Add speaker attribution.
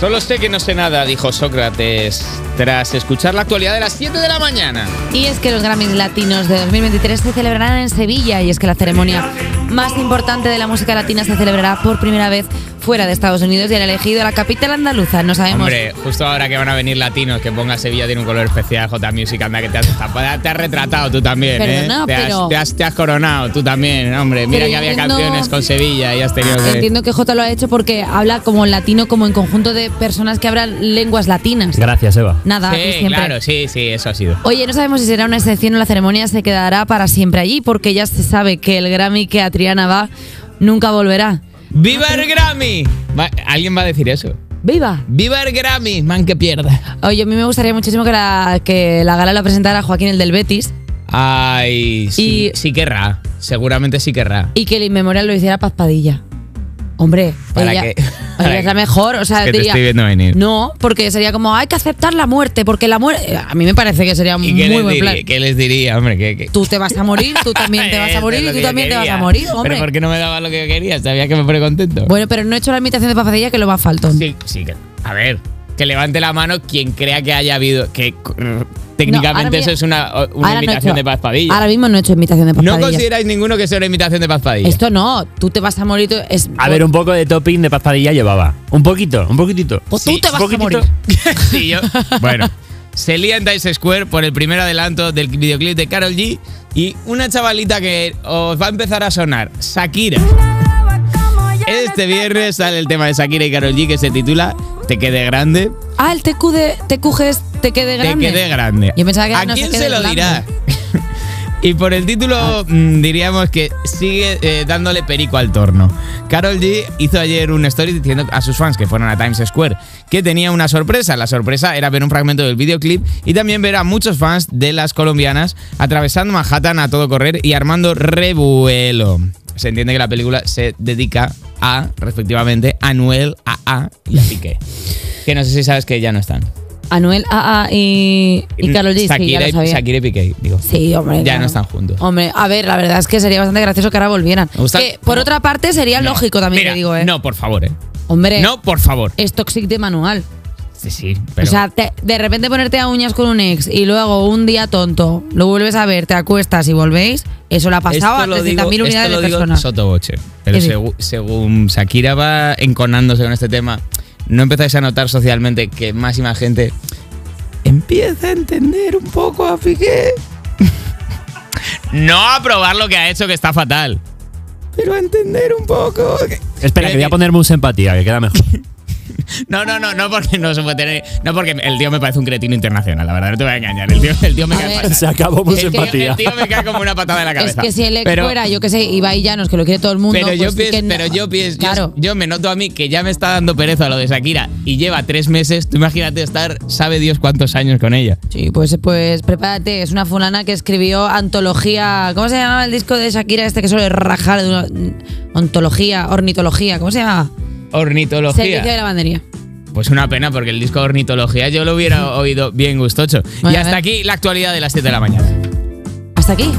Speaker 1: Solo sé que no sé nada, dijo Sócrates, tras escuchar la actualidad de las 7 de la mañana.
Speaker 2: Y es que los Grammys Latinos de 2023 se celebrarán en Sevilla y es que la ceremonia más importante de la música latina se celebrará por primera vez fuera de Estados Unidos y han elegido la capital andaluza, no sabemos.
Speaker 1: Hombre, justo ahora que van a venir latinos, que ponga Sevilla tiene un color especial, J Music, anda que te has, destapado. te has retratado tú también,
Speaker 2: Perdona,
Speaker 1: ¿eh? Te has,
Speaker 2: pero-
Speaker 1: te, has, te has coronado tú también, hombre. Mira
Speaker 2: Pero
Speaker 1: que
Speaker 2: yo
Speaker 1: había
Speaker 2: entiendo-
Speaker 1: canciones con Sevilla y has tenido que...
Speaker 2: Entiendo que Jota lo ha hecho porque habla como latino, como en conjunto de personas que hablan lenguas latinas.
Speaker 3: Gracias, Eva.
Speaker 2: Nada, aquí
Speaker 1: Sí,
Speaker 2: siempre.
Speaker 1: claro, sí, sí, eso ha sido.
Speaker 2: Oye, no sabemos si será una excepción o la ceremonia se quedará para siempre allí, porque ya se sabe que el Grammy que a Triana va nunca volverá.
Speaker 1: ¡Viva el Grammy! Va- Alguien va a decir eso.
Speaker 2: ¡Viva!
Speaker 1: ¡Viva el Grammy! Man, que pierda.
Speaker 2: Oye, a mí me gustaría muchísimo que la, que la gala la presentara Joaquín el del Betis
Speaker 1: Ay, sí,
Speaker 2: Y-
Speaker 1: sí querrá. Seguramente sí querrá.
Speaker 2: y que el inmemorial lo hiciera Paz Padilla. Hombre,
Speaker 1: ¿Para
Speaker 2: ella,
Speaker 1: qué?
Speaker 2: ella
Speaker 1: ¿Para
Speaker 2: es la
Speaker 1: qué?
Speaker 2: mejor, o sea,
Speaker 1: Es que te
Speaker 2: diría,
Speaker 1: estoy viendo venir.
Speaker 2: No, porque sería como hay que aceptar la muerte, porque la muerte a mí me parece que sería un
Speaker 1: ¿Y qué
Speaker 2: muy
Speaker 1: les,
Speaker 2: buen plan.
Speaker 1: diría, qué les diría, hombre? ¿Qué, qué?
Speaker 2: Tú te vas a morir, tú también te vas
Speaker 1: Eso
Speaker 2: a
Speaker 1: es
Speaker 2: morir
Speaker 1: lo
Speaker 2: y
Speaker 1: que
Speaker 2: tú
Speaker 1: yo
Speaker 2: también te vas
Speaker 1: quería.
Speaker 2: a morir, hombre.
Speaker 1: Pero ¿por qué no me daba lo que yo quería? Sabía que me pone contento.
Speaker 2: Bueno, pero no he hecho la imitación de Papadilla que lo va falto.
Speaker 1: Sí, sí. que- A ver, que levante la mano quien crea que haya habido. Que cr- técnicamente
Speaker 2: ahora
Speaker 1: eso
Speaker 2: mi-
Speaker 1: es una, una
Speaker 2: Ahora no he
Speaker 1: imitación
Speaker 2: hecho-
Speaker 1: de Paz Padilla.
Speaker 2: Ahora mismo no he hecho imitación de Paz
Speaker 1: no
Speaker 2: Padilla.
Speaker 1: consideráis ninguno que sea una imitación de Paz Padilla.
Speaker 2: Esto no, tú te vas a morir. tú- es,
Speaker 3: A ver, un poco de topping de paspadilla llevaba. Un poquito, un poquitito.
Speaker 2: Pues tú te vas a
Speaker 3: poquitito.
Speaker 2: morir.
Speaker 1: Sí, yo- Bueno, se lía en Times Square por el primer adelanto del videoclip de Carol G. Y una chavalita que os va a empezar a sonar, Shakira. Este viernes sale el tema de Shakira y Carol G que se titula Te quede grande,
Speaker 2: Ah, el TQ de, TQG es te quede grande.
Speaker 1: te quede grande.
Speaker 2: Yo pensaba que
Speaker 1: ¿A
Speaker 2: no
Speaker 1: quién
Speaker 2: quede
Speaker 1: se lo
Speaker 2: grande. Ah.
Speaker 1: dirá? Y por el título mm, diríamos que sigue eh, dándole perico al torno. Carol G hizo ayer un story diciendo a sus fans que fueron a Times Square que tenía una sorpresa. La sorpresa era ver un fragmento del videoclip y también ver a muchos fans de las colombianas atravesando Manhattan a todo correr y armando revuelo. Se entiende que la película se dedica a, respectivamente, a Noel, a A y a Piqué. Que no sé si sabes que ya no están.
Speaker 2: Anuel AA y, y Carol G. Sí, ya
Speaker 1: Shakira
Speaker 2: lo
Speaker 1: y-
Speaker 2: sabía.
Speaker 1: Shakira y Piqué, digo.
Speaker 2: Sí,
Speaker 1: Ya
Speaker 2: hombre. claro. Oh,
Speaker 1: no están juntos.
Speaker 2: Hombre, a ver, la verdad es que sería bastante gracioso que ahora volvieran.
Speaker 1: Me gusta-
Speaker 2: Que, por
Speaker 1: no.
Speaker 2: otra parte, sería
Speaker 1: No.
Speaker 2: lógico también,
Speaker 1: Mira,
Speaker 2: te digo, ¿eh?
Speaker 1: No, por favor, ¿eh?
Speaker 2: Hombre,
Speaker 1: No, por favor.
Speaker 2: es toxic de manual.
Speaker 1: Sí, sí, pero.
Speaker 2: o sea, te- de repente ponerte a uñas con un ex y luego un día tonto lo vuelves a ver, te acuestas y volvéis, eso lo ha pasado a
Speaker 1: esto lo digo-
Speaker 2: 300.000
Speaker 1: esto
Speaker 2: unidades
Speaker 1: lo
Speaker 2: de
Speaker 1: digo
Speaker 2: personas.
Speaker 1: sotoboche. Pero
Speaker 2: Es decir-
Speaker 1: segu- según Shakira va enconándose con este tema, ¿no empezáis a notar socialmente que más y más gente empieza a entender un poco a Piqué? no a probar lo que ha hecho, que está fatal. Pero a entender un poco.
Speaker 3: Espera, que voy a poner mus empatía, que queda mejor.
Speaker 1: No, no, no, no porque no se puede tener. No porque el tío me parece un cretino internacional, la verdad, no te voy a engañar. El tío, el tío me
Speaker 2: A
Speaker 1: cae
Speaker 2: ver.
Speaker 1: fatal.
Speaker 3: Se acabó mus
Speaker 1: El tío,
Speaker 3: empatía.
Speaker 1: el tío me cae como una patada en la
Speaker 2: Es
Speaker 1: cabeza.
Speaker 2: que si el ex
Speaker 1: Pero-
Speaker 2: fuera, yo qué sé, Ibai Llanos, que lo quiere todo el mundo.
Speaker 1: Pero, yo
Speaker 2: pues sí
Speaker 1: pienso,
Speaker 2: que no-
Speaker 1: pero yo pienso, yo-
Speaker 2: Claro.
Speaker 1: yo, me noto a mí que ya me está dando pereza lo de Shakira y lleva tres meses. Tú imagínate estar, sabe Dios cuántos años con ella.
Speaker 2: Sí, pues, pues prepárate, es una fulana que escribió Antología. ¿Cómo se llamaba el disco de Shakira este que suele rajar de una. Ontología, ornitología, ¿cómo se llama? Servicio de
Speaker 1: Ornitología.
Speaker 2: lavandería.
Speaker 1: Pues una pena porque el disco de Ornitología yo lo hubiera oído bien gustocho.
Speaker 2: Bueno,
Speaker 1: y
Speaker 2: a
Speaker 1: hasta
Speaker 2: ver.
Speaker 1: aquí la actualidad de las 7 de la mañana.
Speaker 2: Hasta aquí.